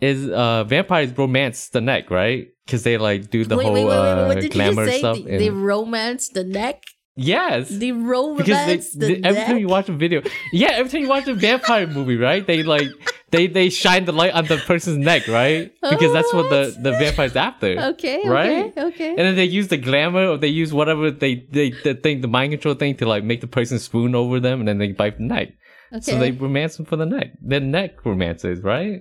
Speaker 1: is uh vampires romance the neck right because they like do the
Speaker 2: wait,
Speaker 1: whole
Speaker 2: wait, wait, wait, wait,
Speaker 1: uh
Speaker 2: what did you
Speaker 1: glamour
Speaker 2: just say?
Speaker 1: stuff
Speaker 2: They,
Speaker 1: and-
Speaker 2: they romance the neck.
Speaker 1: yes
Speaker 2: They romance
Speaker 1: because they,
Speaker 2: the
Speaker 1: they-
Speaker 2: neck.
Speaker 1: every time you watch a video yeah every time you watch a vampire movie right they like they they shine the light on the person's neck right because that's what the
Speaker 2: What?
Speaker 1: the vampire's after
Speaker 2: Oh. [laughs] okay,
Speaker 1: right?
Speaker 2: okay, okay.
Speaker 1: and then they use the glamour or they use whatever they they the thing the mind control thing to like make the person swoon over them and then they bite the neck
Speaker 2: okay.
Speaker 1: So they romance them for the neck. They're neck romances, right?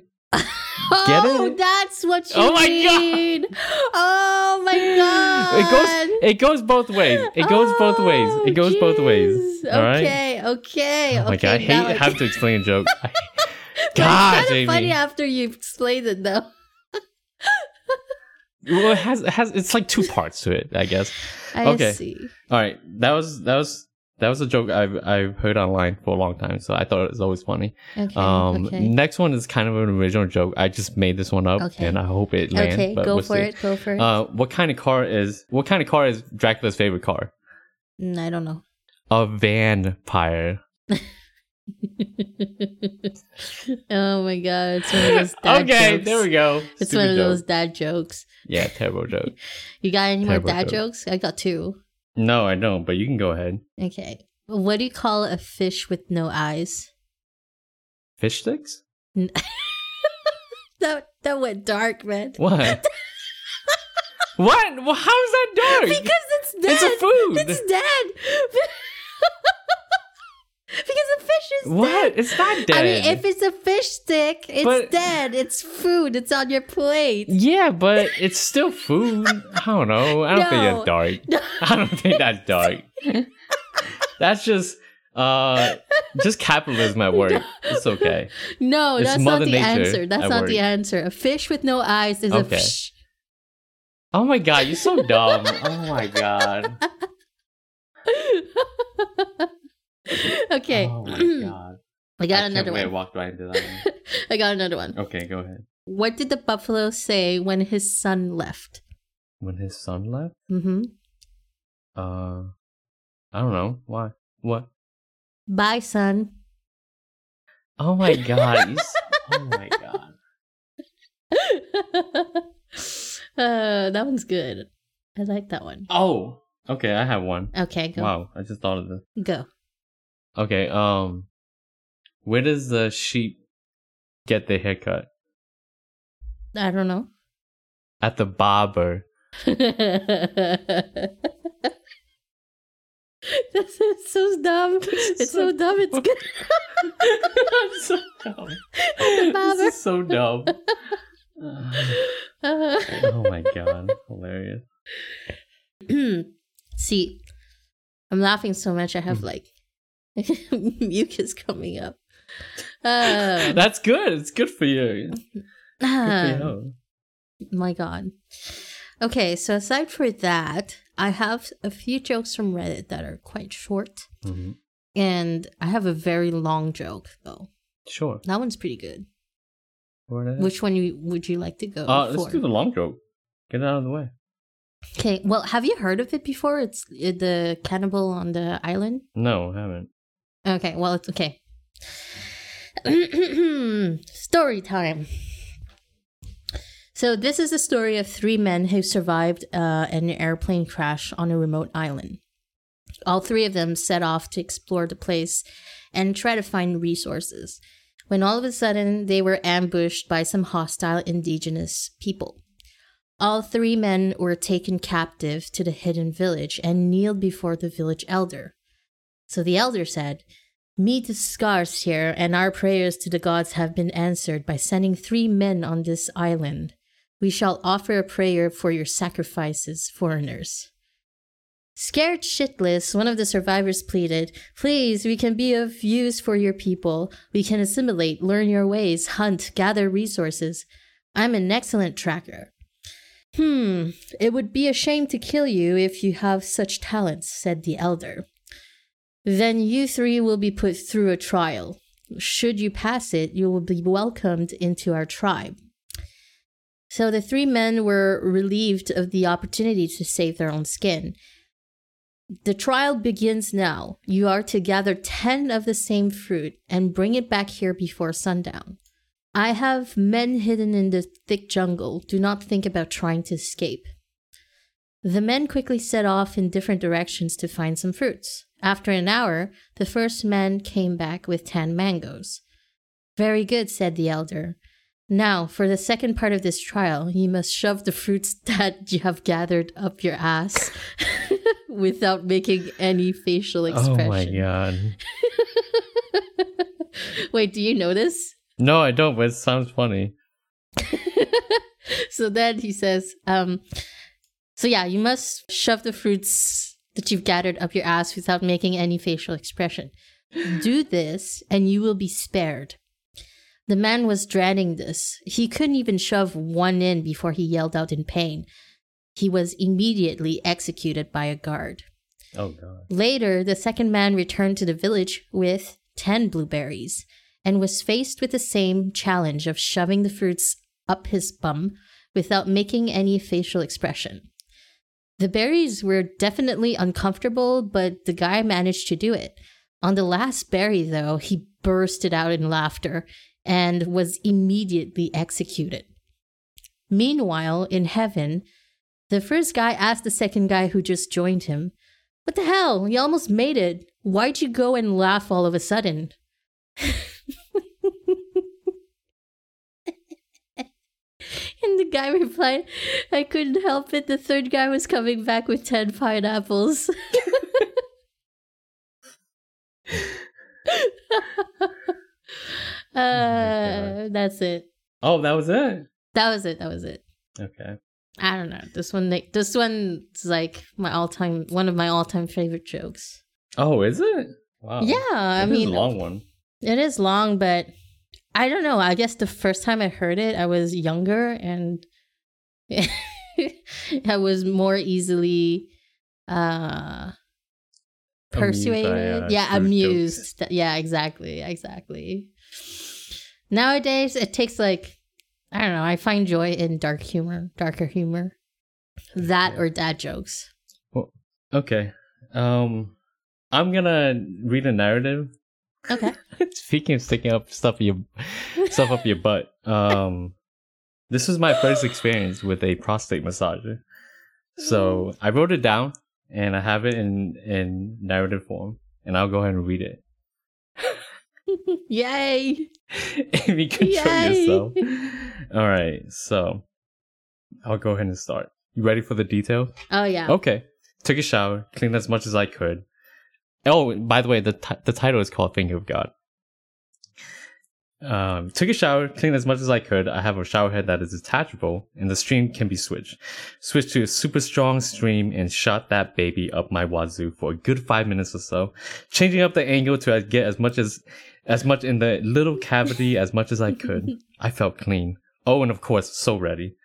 Speaker 1: get
Speaker 2: oh,
Speaker 1: it?
Speaker 2: that's what you
Speaker 1: Oh my God.
Speaker 2: mean. Oh my god.
Speaker 1: [gasps]
Speaker 2: Oh,
Speaker 1: It goes it goes both ways. It goes both ways. It goes both ways. All right.
Speaker 2: Okay, okay.
Speaker 1: Oh my
Speaker 2: okay,
Speaker 1: god, I hate
Speaker 2: now
Speaker 1: having to explain a joke. I-
Speaker 2: But
Speaker 1: god,
Speaker 2: [laughs] it's kind
Speaker 1: Jamie.
Speaker 2: of funny after you explained it though.
Speaker 1: Well, it has it has it's like two parts to it, I guess.
Speaker 2: I
Speaker 1: Okay.
Speaker 2: see.
Speaker 1: All right, that was that was that was a joke I've I've heard online for a long time, so I thought it was always funny.
Speaker 2: Okay.
Speaker 1: Um,
Speaker 2: okay.
Speaker 1: next one is kind of an original joke. I just made this one up,
Speaker 2: Okay.
Speaker 1: and I hope it lands.
Speaker 2: okay,
Speaker 1: but
Speaker 2: go
Speaker 1: we'll
Speaker 2: for
Speaker 1: see.
Speaker 2: it. Go for it.
Speaker 1: Uh, what kind of car is what kind of car is Dracula's favorite car?
Speaker 2: Mm, I don't know.
Speaker 1: A vampire.
Speaker 2: [laughs] oh my god, it's one
Speaker 1: [laughs]
Speaker 2: of those dad
Speaker 1: okay,
Speaker 2: jokes.
Speaker 1: there we go.
Speaker 2: It's
Speaker 1: Stupid
Speaker 2: one of
Speaker 1: joke.
Speaker 2: those dad jokes.
Speaker 1: Yeah, terrible joke.
Speaker 2: You got any more
Speaker 1: Terrible
Speaker 2: dad
Speaker 1: joke.
Speaker 2: jokes? I got two.
Speaker 1: No, I don't. But you can go ahead.
Speaker 2: Okay. What do you call a fish with no eyes?
Speaker 1: Fish sticks?
Speaker 2: That that went dark, man. [laughs]
Speaker 1: What? what? Well, how is that dark?
Speaker 2: Because it's dead.
Speaker 1: it's a food.
Speaker 2: It's dead. [laughs] because a fish is
Speaker 1: what?
Speaker 2: dead.
Speaker 1: It's not
Speaker 2: I
Speaker 1: dead.
Speaker 2: mean, if it's a fish stick, it's
Speaker 1: But-
Speaker 2: dead. It's food. It's on your plate.
Speaker 1: yeah, but it's still food. I don't know. I don't think
Speaker 2: No.
Speaker 1: it's dark.
Speaker 2: [laughs]
Speaker 1: I don't think that's dark. that's just uh just capitalism at
Speaker 2: [laughs]
Speaker 1: work. It's okay.
Speaker 2: No,
Speaker 1: It's
Speaker 2: that's not
Speaker 1: Mother
Speaker 2: the
Speaker 1: Nature
Speaker 2: answer. That's
Speaker 1: at
Speaker 2: not
Speaker 1: work.
Speaker 2: the answer. A fish with no eyes is
Speaker 1: Okay.
Speaker 2: a fish. [laughs]
Speaker 1: Oh my god, you're so dumb. Oh my god.
Speaker 2: okay. [clears throat]
Speaker 1: Oh my god.
Speaker 2: I
Speaker 1: I
Speaker 2: got
Speaker 1: can't
Speaker 2: another
Speaker 1: wait, I
Speaker 2: one.
Speaker 1: walked right into that one.
Speaker 2: [laughs] I got another one.
Speaker 1: Okay, go ahead.
Speaker 2: What did the buffalo say when his son left?
Speaker 1: When his son left?
Speaker 2: Mm-hmm.
Speaker 1: Uh, I don't know why. What?
Speaker 2: Bye, son. [laughs]
Speaker 1: Oh my god! you s- oh my god!
Speaker 2: uh, that one's good. I like that one.
Speaker 1: Oh, okay. I have one.
Speaker 2: Okay, go.
Speaker 1: Wow, I just thought of this.
Speaker 2: Go.
Speaker 1: Okay, um, where does the sheep get their haircut?
Speaker 2: I don't know. [laughs]
Speaker 1: At the [laughs] barber.
Speaker 2: this is so dumb. It's so dumb.
Speaker 1: [laughs]
Speaker 2: It's good.
Speaker 1: That's so dumb. [laughs] This
Speaker 2: barber.
Speaker 1: is so dumb.
Speaker 2: [laughs]
Speaker 1: Uh, oh my god!
Speaker 2: [laughs]
Speaker 1: Hilarious.
Speaker 2: [clears throat] See, I'm laughing so much I have
Speaker 1: Hmm.
Speaker 2: like [laughs] mucus coming up.
Speaker 1: [laughs]
Speaker 2: Uh,
Speaker 1: That's good. It's good for you. Good for
Speaker 2: um,
Speaker 1: you.
Speaker 2: ah, my god. Okay, so aside for that, I have a few jokes from Reddit that are quite short.
Speaker 1: Mhm.
Speaker 2: And I have a very long joke though.
Speaker 1: Sure.
Speaker 2: That one's pretty good.
Speaker 1: Where it is.
Speaker 2: Which one you, would you like to go
Speaker 1: Uh,
Speaker 2: for?
Speaker 1: let's do the long joke. Get it out of the way.
Speaker 2: okay. Well, have you heard of it before? It's uh, the cannibal on the island.
Speaker 1: No, I haven't.
Speaker 2: Okay, well, it's okay. [clears throat] story time. So, this is the story of three men who survived uh, an airplane crash on a remote island. All three of them set off to explore the place and try to find resources. When all of a sudden, they were ambushed by some hostile indigenous people. All three men were taken captive to the hidden village and kneeled before the village elder. So the elder said, Meat is scarce here, and our prayers to the gods have been answered by sending three men on this island. We shall offer a prayer for your sacrifices, foreigners. Scared shitless, one of the survivors pleaded, Please, we can be of use for your people. We can assimilate, learn your ways, hunt, gather resources. I'm an excellent tracker. Hmm, it would be a shame to kill you if you have such talents, said the elder. Then you three will be put through a trial. Should you pass it, you will be welcomed into our tribe. So the three men were relieved of the opportunity to save their own skin. The trial begins now. You are to gather 10 of the same fruit and bring it back here before sundown. I have men hidden in the thick jungle. Do not think about trying to escape. The men quickly set off in different directions to find some fruits. After an hour, the first man came back with ten mangoes. Very good, said the elder. Now, for the second part of this trial, you must shove the fruits [laughs] that you have gathered up your ass [laughs] without making any facial expression.
Speaker 1: Oh my god.
Speaker 2: Wait, do you know this?
Speaker 1: No, I don't, but it sounds funny.
Speaker 2: [laughs] so then he says, um, so yeah, you must shove the fruits that you've gathered up your ass without making any facial expression. Do this and you will be spared. The man was dreading this. He couldn't even shove one in before he yelled out in pain. He was immediately executed by a guard.
Speaker 1: Oh god.
Speaker 2: Later, the second man returned to the village with 10 blueberries and was faced with the same challenge of shoving the fruits up his bum without making any facial expression. The berries were definitely uncomfortable, but the guy managed to do it. On the last berry, though, he bursted out in laughter and was immediately executed. Meanwhile, in heaven, the first guy asked the second guy who just joined him, what the hell? You almost made it. Why'd you go and laugh all of a sudden? [laughs] and the guy replied, I couldn't help it. The third guy was coming back with 10 pineapples. uh, [laughs]
Speaker 1: God.
Speaker 2: Uh, that's it.
Speaker 1: Oh, that was it.
Speaker 2: That was it. That was it.
Speaker 1: Okay.
Speaker 2: I don't know. This one, like, this one's like my all-time, one of my all-time favorite jokes.
Speaker 1: Oh, is it? Wow.
Speaker 2: Yeah,
Speaker 1: It
Speaker 2: I
Speaker 1: is
Speaker 2: mean,
Speaker 1: a long one.
Speaker 2: it is long, but I don't know. I guess the first time I heard it, I was younger and [laughs] I was more easily uh
Speaker 1: Amused by,
Speaker 2: persuaded.
Speaker 1: uh,
Speaker 2: yeah,
Speaker 1: crude
Speaker 2: amused. Th- Yeah, exactly, exactly. Nowadays, it takes like I don't know. I find joy in dark humor, darker humor, that or dad jokes.
Speaker 1: Okay. Um I'm gonna read a narrative.
Speaker 2: Okay.
Speaker 1: [laughs] Speaking of sticking up stuff in your stuff up your butt. Um this was my first experience with a prostate massager.
Speaker 2: Mm.
Speaker 1: So I wrote it down and I have it in in narrative form and I'll go ahead and read it.
Speaker 2: [laughs]
Speaker 1: [laughs]
Speaker 2: Yay!
Speaker 1: if you control
Speaker 2: Yay.
Speaker 1: yourself.
Speaker 2: [laughs]
Speaker 1: All right, so I'll go ahead and start. You ready for the detail?
Speaker 2: Oh yeah.
Speaker 1: Okay. Took a shower, cleaned as much as I could. Oh, by the way, the ti- the title is called "Finger of God." Um, took a shower, cleaned as much as I could. I have a shower head that is detachable, and the stream can be switched. Switched to a super strong stream and shot that baby up my wazoo for a good five minutes or so, changing up the angle to get as much as as much in the little cavity as much as I could. I felt clean. Oh, and of course, so ready.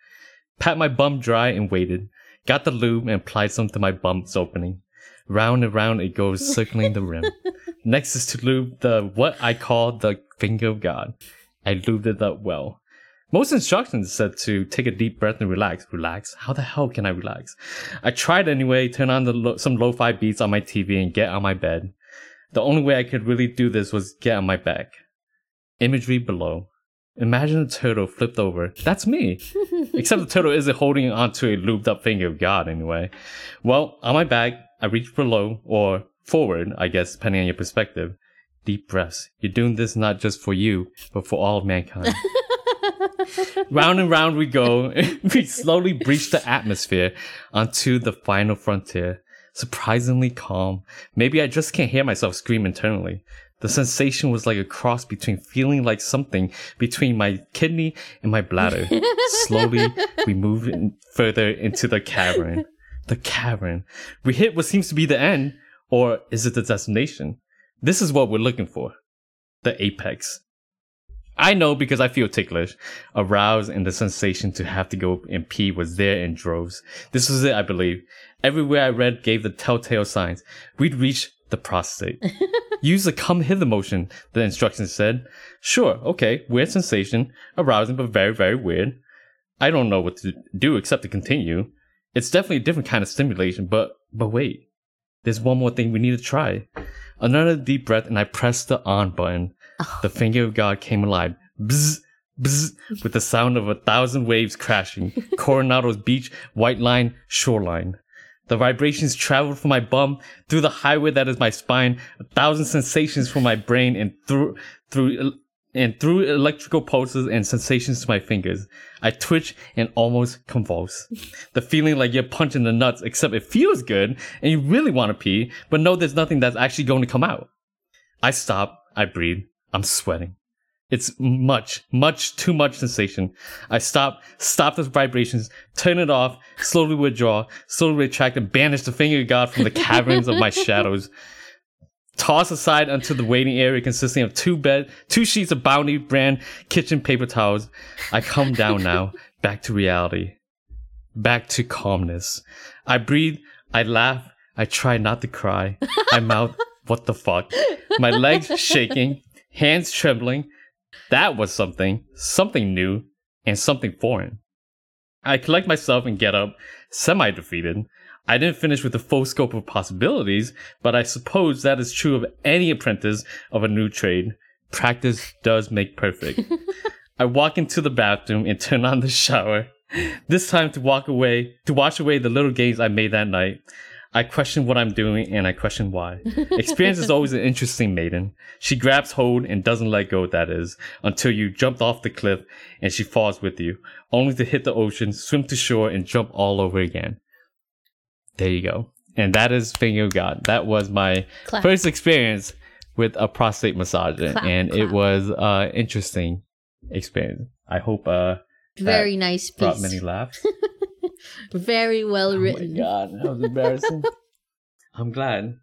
Speaker 1: Pat my bum dry and waited. Got the lube and applied some to my bum's opening. Round and round it goes, circling the rim. Next is to lube the what I call the finger of God. I lubed it up well. Most instructions said to take a deep breath and relax. Relax? How the hell can I relax? I tried anyway, turn on the lo- some lo-fi beats on my TV and get on my bed. The only way I could really do this was get on my back. Imagery below. Imagine a turtle flipped over. That's me. Except the turtle isn't holding onto a looped up finger of God anyway. Well, on my back, I reach below or forward, I guess, depending on your perspective. Deep breaths. You're doing this not just for you, but for all of mankind. round and round we go. [laughs] we slowly breach the atmosphere onto the final frontier. Surprisingly calm. Maybe I just can't hear myself scream internally. The sensation was like a cross between feeling like something between my kidney and my bladder. Slowly, we move in further into the cavern. The cavern. We hit what seems to be the end, or is it the destination? This is what we're looking for the apex. I know because I feel ticklish, aroused, and the sensation to have to go and pee was there in droves. This was it, I believe. Everywhere I read gave the telltale signs. We'd reached the prostate. Use the come hither motion, the instructions said. Sure, okay, weird sensation, arousing but very, very weird. I don't know what to do except to continue. It's definitely a different kind of stimulation, but but wait. There's one more thing we need to try. Another deep breath and I pressed the on button. The finger of God came alive. Bzz, bzz, with the sound of a thousand waves crashing. Coronado's beach, white line, shoreline. The vibrations traveled from my bum through the highway that is my spine, a thousand sensations from my brain and through through el- and through electrical pulses and sensations to my fingers. I twitch and almost convulse. The feeling like you're punching the nuts, except it feels good and you really want to pee, but no, there's nothing that's actually going to come out. I stop. I breathe. I'm sweating. It's much, much too much sensation. I stop, stop the vibrations, turn it off, slowly withdraw, slowly retract, and banish the finger of God from the caverns of my shadows. Toss aside unto the waiting area consisting of two bed, two sheets of bounty brand kitchen paper towels. I come down now, back to reality, back to calmness. I breathe, I laugh, I try not to cry. I mouth, "What the fuck?" My legs shaking, hands trembling. That was something, something new, and something foreign. I collect myself and get up, semi defeated. I didn't finish with the full scope of possibilities, but I suppose that is true of any apprentice of a new trade. Practice does make perfect. I walk into the bathroom and turn on the shower. This time to walk away, to wash away the little gains I made that night. I question what I'm doing and I question
Speaker 2: [laughs]
Speaker 1: why. Experience is always an interesting maiden. She grabs hold and doesn't let go, that is, until you jumped off the cliff and she falls with you, only to hit the ocean, swim to shore, and jump all over again. There you go. And that is Finger of God. That was
Speaker 2: [laughs]
Speaker 1: my
Speaker 2: Clap.
Speaker 1: first experience with a prostate massage.
Speaker 2: Clap,
Speaker 1: and it
Speaker 2: clap.
Speaker 1: was uh interesting experience. I hope uh
Speaker 2: Very nice
Speaker 1: brought
Speaker 2: piece.
Speaker 1: many laughs.
Speaker 2: Very well
Speaker 1: Oh
Speaker 2: [laughs] written.
Speaker 1: my god, that was
Speaker 2: [laughs]
Speaker 1: embarrassing. I'm glad.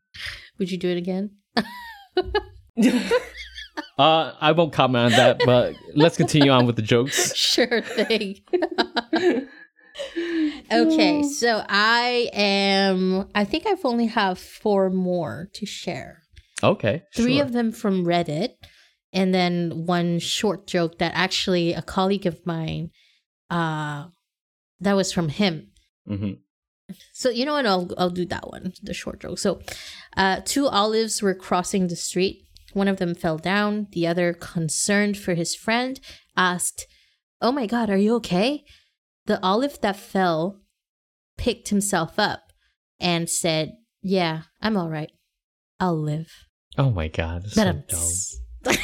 Speaker 2: Would you do it again? [laughs]
Speaker 1: [laughs] Uh, I won't comment on that, but let's continue on with the jokes. [laughs]
Speaker 2: Sure thing. okay,
Speaker 1: Oh.
Speaker 2: so I am. I think I've only have four more to share.
Speaker 1: Okay.
Speaker 2: Three
Speaker 1: sure.
Speaker 2: of them from Reddit, and then one short joke that actually a colleague of mine, uh, that was from him.
Speaker 1: Mhm.
Speaker 2: So you know what? I'll I'll do that one, the short joke. So, uh, two olives were crossing the street. One of them fell down. The other, concerned for his friend, asked, "Oh my God, are you okay?" The olive that fell picked himself up and said, "Yeah, I'm all right. I'll live."
Speaker 1: Oh my god. that's So
Speaker 2: [laughs]
Speaker 1: dumb.
Speaker 2: Ba-dum-ts. [laughs]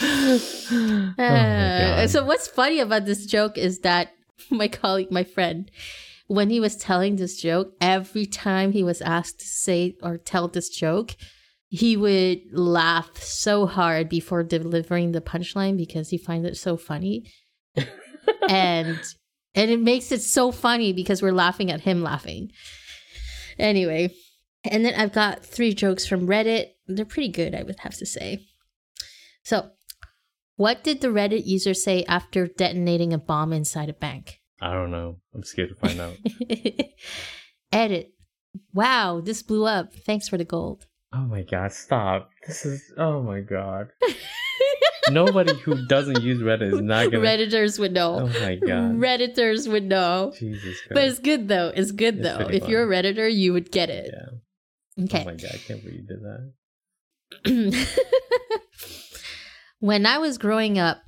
Speaker 1: oh my
Speaker 2: Uh,
Speaker 1: god.
Speaker 2: so what's funny about this joke is that [laughs] my colleague, my friend, when he was telling this joke, every time he was asked to say or tell this joke, he would laugh so hard before delivering the punchline because he finds it
Speaker 1: [laughs]
Speaker 2: so funny. and and it makes it so funny because we're laughing at him laughing. Anyway, and then I've got three jokes from Reddit. They're pretty good, I would have to say. So, what did the Reddit user say after detonating a bomb inside a bank? [laughs]
Speaker 1: I don't know. I'm scared to find out.
Speaker 2: Edit. Wow, this blew up. Thanks for the gold.
Speaker 1: Oh my god, stop. This is oh my god. Nobody who doesn't use Reddit
Speaker 2: [laughs]
Speaker 1: is not gonna
Speaker 2: Redditors would
Speaker 1: Oh
Speaker 2: know.
Speaker 1: my god.
Speaker 2: Redditors would know.
Speaker 1: Jesus Christ.
Speaker 2: But it's good though. It's good
Speaker 1: It's
Speaker 2: though.
Speaker 1: pretty
Speaker 2: If you're a Redditor, you would get it.
Speaker 1: yeah. Oh
Speaker 2: Okay.
Speaker 1: my god, I can't believe you did that.
Speaker 2: [clears throat] when I was growing up,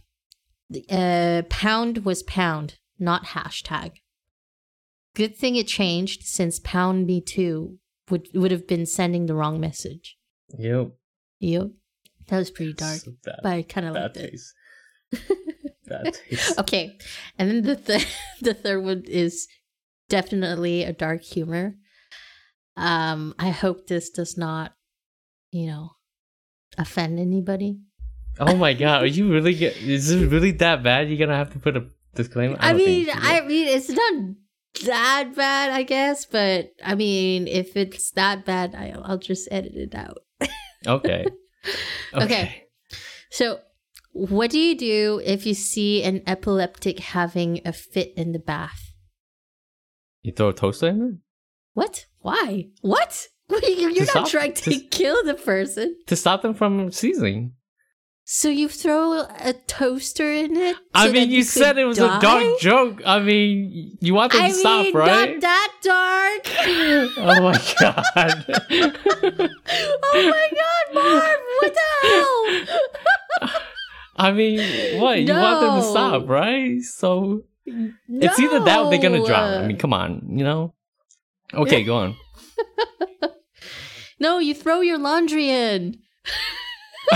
Speaker 2: the, uh, pound was pound, not hashtag. Good thing it changed since pound me too would would have been sending the wrong message.
Speaker 1: Yep.
Speaker 2: Yep. That was pretty dark,
Speaker 1: So that,
Speaker 2: but I kind of
Speaker 1: that
Speaker 2: liked it. [laughs]
Speaker 1: taste. that taste.
Speaker 2: Okay, and then the th- [laughs] the third one is definitely a dark humor. Um, I hope this does not, you know, offend anybody.
Speaker 1: Oh my god, are you really get, is this really that bad? You're gonna have to put a disclaimer?
Speaker 2: I,
Speaker 1: don't think
Speaker 2: mean,
Speaker 1: you should.
Speaker 2: I mean, it's not that bad, I guess. But I mean, if it's that bad, I, I'll just edit it out.
Speaker 1: Okay.
Speaker 2: [laughs] Okay. So, what do you do if you see an epileptic having a fit in the bath?
Speaker 1: You throw a toaster in it?
Speaker 2: What? Why? What? [laughs] You're not
Speaker 1: stop-
Speaker 2: trying to
Speaker 1: to-
Speaker 2: kill the person.
Speaker 1: To stop them from seizing.
Speaker 2: So you throw a toaster in it?
Speaker 1: I
Speaker 2: so
Speaker 1: mean,
Speaker 2: that
Speaker 1: you, said
Speaker 2: could
Speaker 1: it was a
Speaker 2: die?
Speaker 1: dark joke. I mean, you want them
Speaker 2: I
Speaker 1: to
Speaker 2: mean,
Speaker 1: stop, right?
Speaker 2: not that dark.
Speaker 1: [laughs] oh my god. [laughs]
Speaker 2: oh my god, Marv! What
Speaker 1: [laughs]
Speaker 2: the hell?
Speaker 1: I mean, what? You want them to
Speaker 2: No.
Speaker 1: stop, right? So it's either that or they're gonna drown. I mean, come on, you know? Okay, go on.
Speaker 2: no, you throw your laundry in.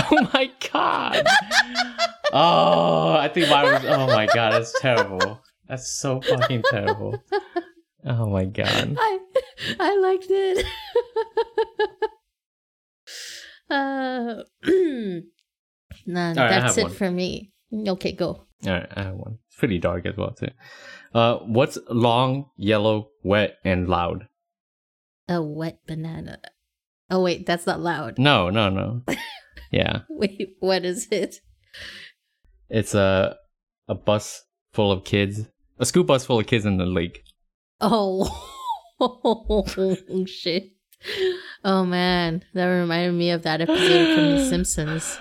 Speaker 1: Oh my god. Oh, I think mine was. Oh my god, that's terrible. That's so fucking terrible. Oh my god.
Speaker 2: I I liked it. [laughs] uh, [clears throat] nah, that's
Speaker 1: have
Speaker 2: it
Speaker 1: one.
Speaker 2: for me. Okay, go.
Speaker 1: All right, I have one. It's pretty dark as well too. Uh, what's long, yellow, wet, and loud?
Speaker 2: A wet banana. Oh wait, that's not loud. [laughs]
Speaker 1: No, no, no. Yeah,
Speaker 2: Wait, what is it?
Speaker 1: it's a a bus full of kids, a school bus full of kids in the lake.
Speaker 2: Oh, [laughs] shit. Oh man, that reminded me of that episode
Speaker 1: [gasps]
Speaker 2: from The Simpsons.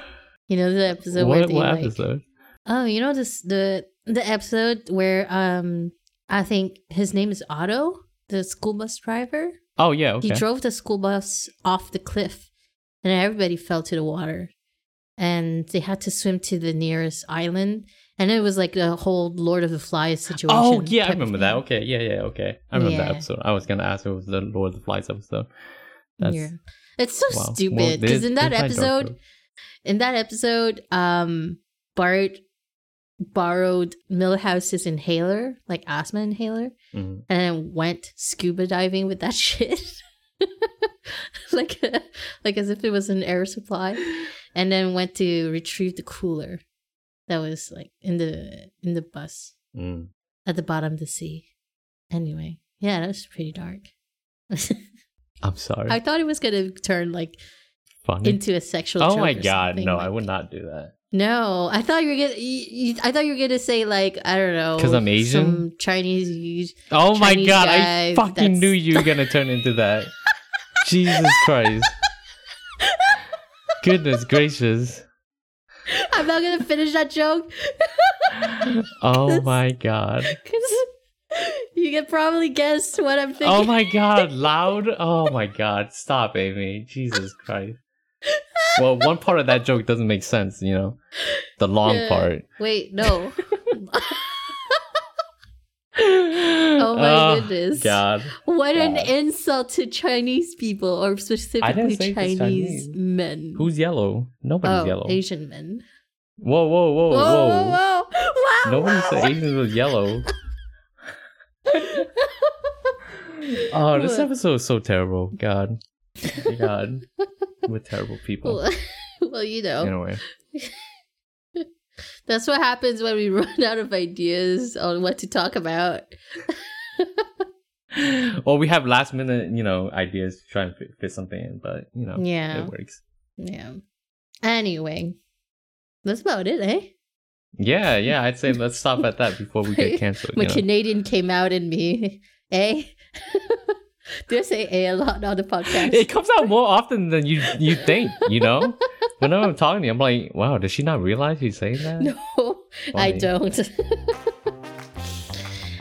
Speaker 2: You know the episode where
Speaker 1: what
Speaker 2: they
Speaker 1: what
Speaker 2: like,
Speaker 1: episode?
Speaker 2: Oh, you know this the the episode where um I think his name is Otto, the school bus driver.
Speaker 1: Oh yeah, okay.
Speaker 2: He drove the school bus off the cliff, and everybody fell to the water, and they had to swim to the nearest island. And it was like the whole Lord of the Flies situation.
Speaker 1: oh yeah, I
Speaker 2: type of
Speaker 1: remember that.
Speaker 2: thing.
Speaker 1: Okay, yeah, yeah, okay. I remember that
Speaker 2: Yeah.
Speaker 1: episode. I was gonna ask if it was the Lord of the Flies episode.
Speaker 2: yeah. It's so
Speaker 1: wow. Well,
Speaker 2: stupid because
Speaker 1: this-
Speaker 2: in that
Speaker 1: this I don't
Speaker 2: episode, in that episode, um, Bart borrowed Millhouse's inhaler, like asthma inhaler,
Speaker 1: know. Mhm.
Speaker 2: and then went scuba diving with that [laughs] shit. like like as if it was an air supply and then went to retrieve the cooler that was like in the in the bus
Speaker 1: Mm.
Speaker 2: at the bottom of the sea anyway yeah that was pretty dark [laughs]
Speaker 1: I'm sorry.
Speaker 2: i thought it was gonna turn like
Speaker 1: Funny.
Speaker 2: into a sexual
Speaker 1: Oh
Speaker 2: joke
Speaker 1: my
Speaker 2: or
Speaker 1: god,
Speaker 2: something,
Speaker 1: no,
Speaker 2: like-
Speaker 1: I would not do that.
Speaker 2: no i thought you were gonna you, you, i thought you were gonna say like i don't know
Speaker 1: 'Cause I'm Asian?
Speaker 2: some chinese
Speaker 1: Oh my
Speaker 2: Chinese
Speaker 1: god, I
Speaker 2: guy
Speaker 1: fucking
Speaker 2: that's-
Speaker 1: knew you were gonna turn into
Speaker 2: [laughs]
Speaker 1: that. Jesus Christ. Goodness gracious.
Speaker 2: i'm not gonna finish that joke
Speaker 1: Oh my god.
Speaker 2: Because [laughs] you could probably guess what I'm thinking.
Speaker 1: Oh my god, loud. Oh my god, stop, Amy. Jesus Christ. Well, one part of that joke doesn't make sense, you know? The long
Speaker 2: Yeah.
Speaker 1: part. [laughs]
Speaker 2: Wait, no.
Speaker 1: Oh
Speaker 2: my goodness.
Speaker 1: God.
Speaker 2: what an
Speaker 1: God.
Speaker 2: insult to Chinese people, or specifically
Speaker 1: say
Speaker 2: Chinese,
Speaker 1: it's Chinese.
Speaker 2: men.
Speaker 1: Who's yellow? Nobody's
Speaker 2: oh,
Speaker 1: yellow.
Speaker 2: Asian men.
Speaker 1: Whoa, whoa, whoa,
Speaker 2: Whoa,
Speaker 1: whoa.
Speaker 2: whoa, whoa. Wow.
Speaker 1: Nobody
Speaker 2: wow.
Speaker 1: said Asians was yellow. Oh, this
Speaker 2: What?
Speaker 1: episode is so terrible. God. God. We're terrible people.
Speaker 2: [laughs] Well, [laughs] well, you know,
Speaker 1: Anyway.
Speaker 2: that's what happens when we [laughs] run out of ideas on what to talk about.
Speaker 1: Well, we have last minute, you know, ideas to try and fit, fit something in, but, you know,
Speaker 2: Yeah.
Speaker 1: it works.
Speaker 2: Yeah. Anyway, that's about it, eh?
Speaker 1: Yeah, yeah, I'd say let's
Speaker 2: [laughs]
Speaker 1: stop at that before we get canceled.
Speaker 2: My
Speaker 1: you know?
Speaker 2: [laughs] Canadian came out in me, eh? Do I say A a lot on the podcast?
Speaker 1: It comes out more often than you you think, you know? Whenever I'm talking to you, I'm like, wow, does she not realize she's saying that?
Speaker 2: [laughs] No, I
Speaker 1: Funny.
Speaker 2: don't. [laughs]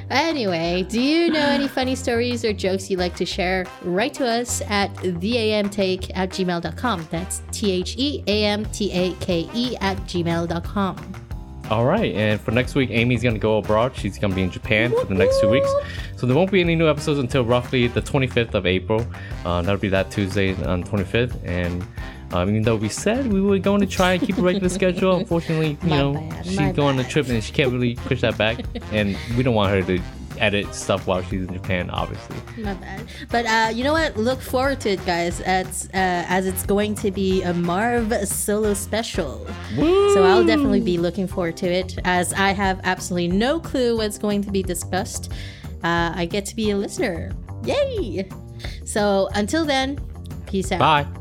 Speaker 2: anyway, do you know any funny stories or jokes you'd like to share? Write to us at theamtake at gmail.com. That's T H E A M T A K E at gmail.com.
Speaker 1: All right, and for next week, Amy's gonna go abroad. She's gonna be in Japan for the next two weeks, so there won't be any new episodes until roughly the 25th of April. Uh, that'll be that Tuesday on 25th. And um, even though we said we were going to try and keep a
Speaker 2: [laughs]
Speaker 1: regular schedule, unfortunately, you
Speaker 2: My
Speaker 1: know,
Speaker 2: bad,
Speaker 1: she's
Speaker 2: my
Speaker 1: going on
Speaker 2: bad.
Speaker 1: a trip and she can't really push that back. and we don't want her to edit stuff while she's in Japan, obviously.
Speaker 2: My bad. But uh, you know what? Look forward to it, guys, as, uh, as it's going to be a Marv solo special. So I'll definitely be looking forward to it, as I have absolutely no clue what's going to be discussed. Uh, I get to be a listener. Yay! So until then, peace out.
Speaker 1: Bye.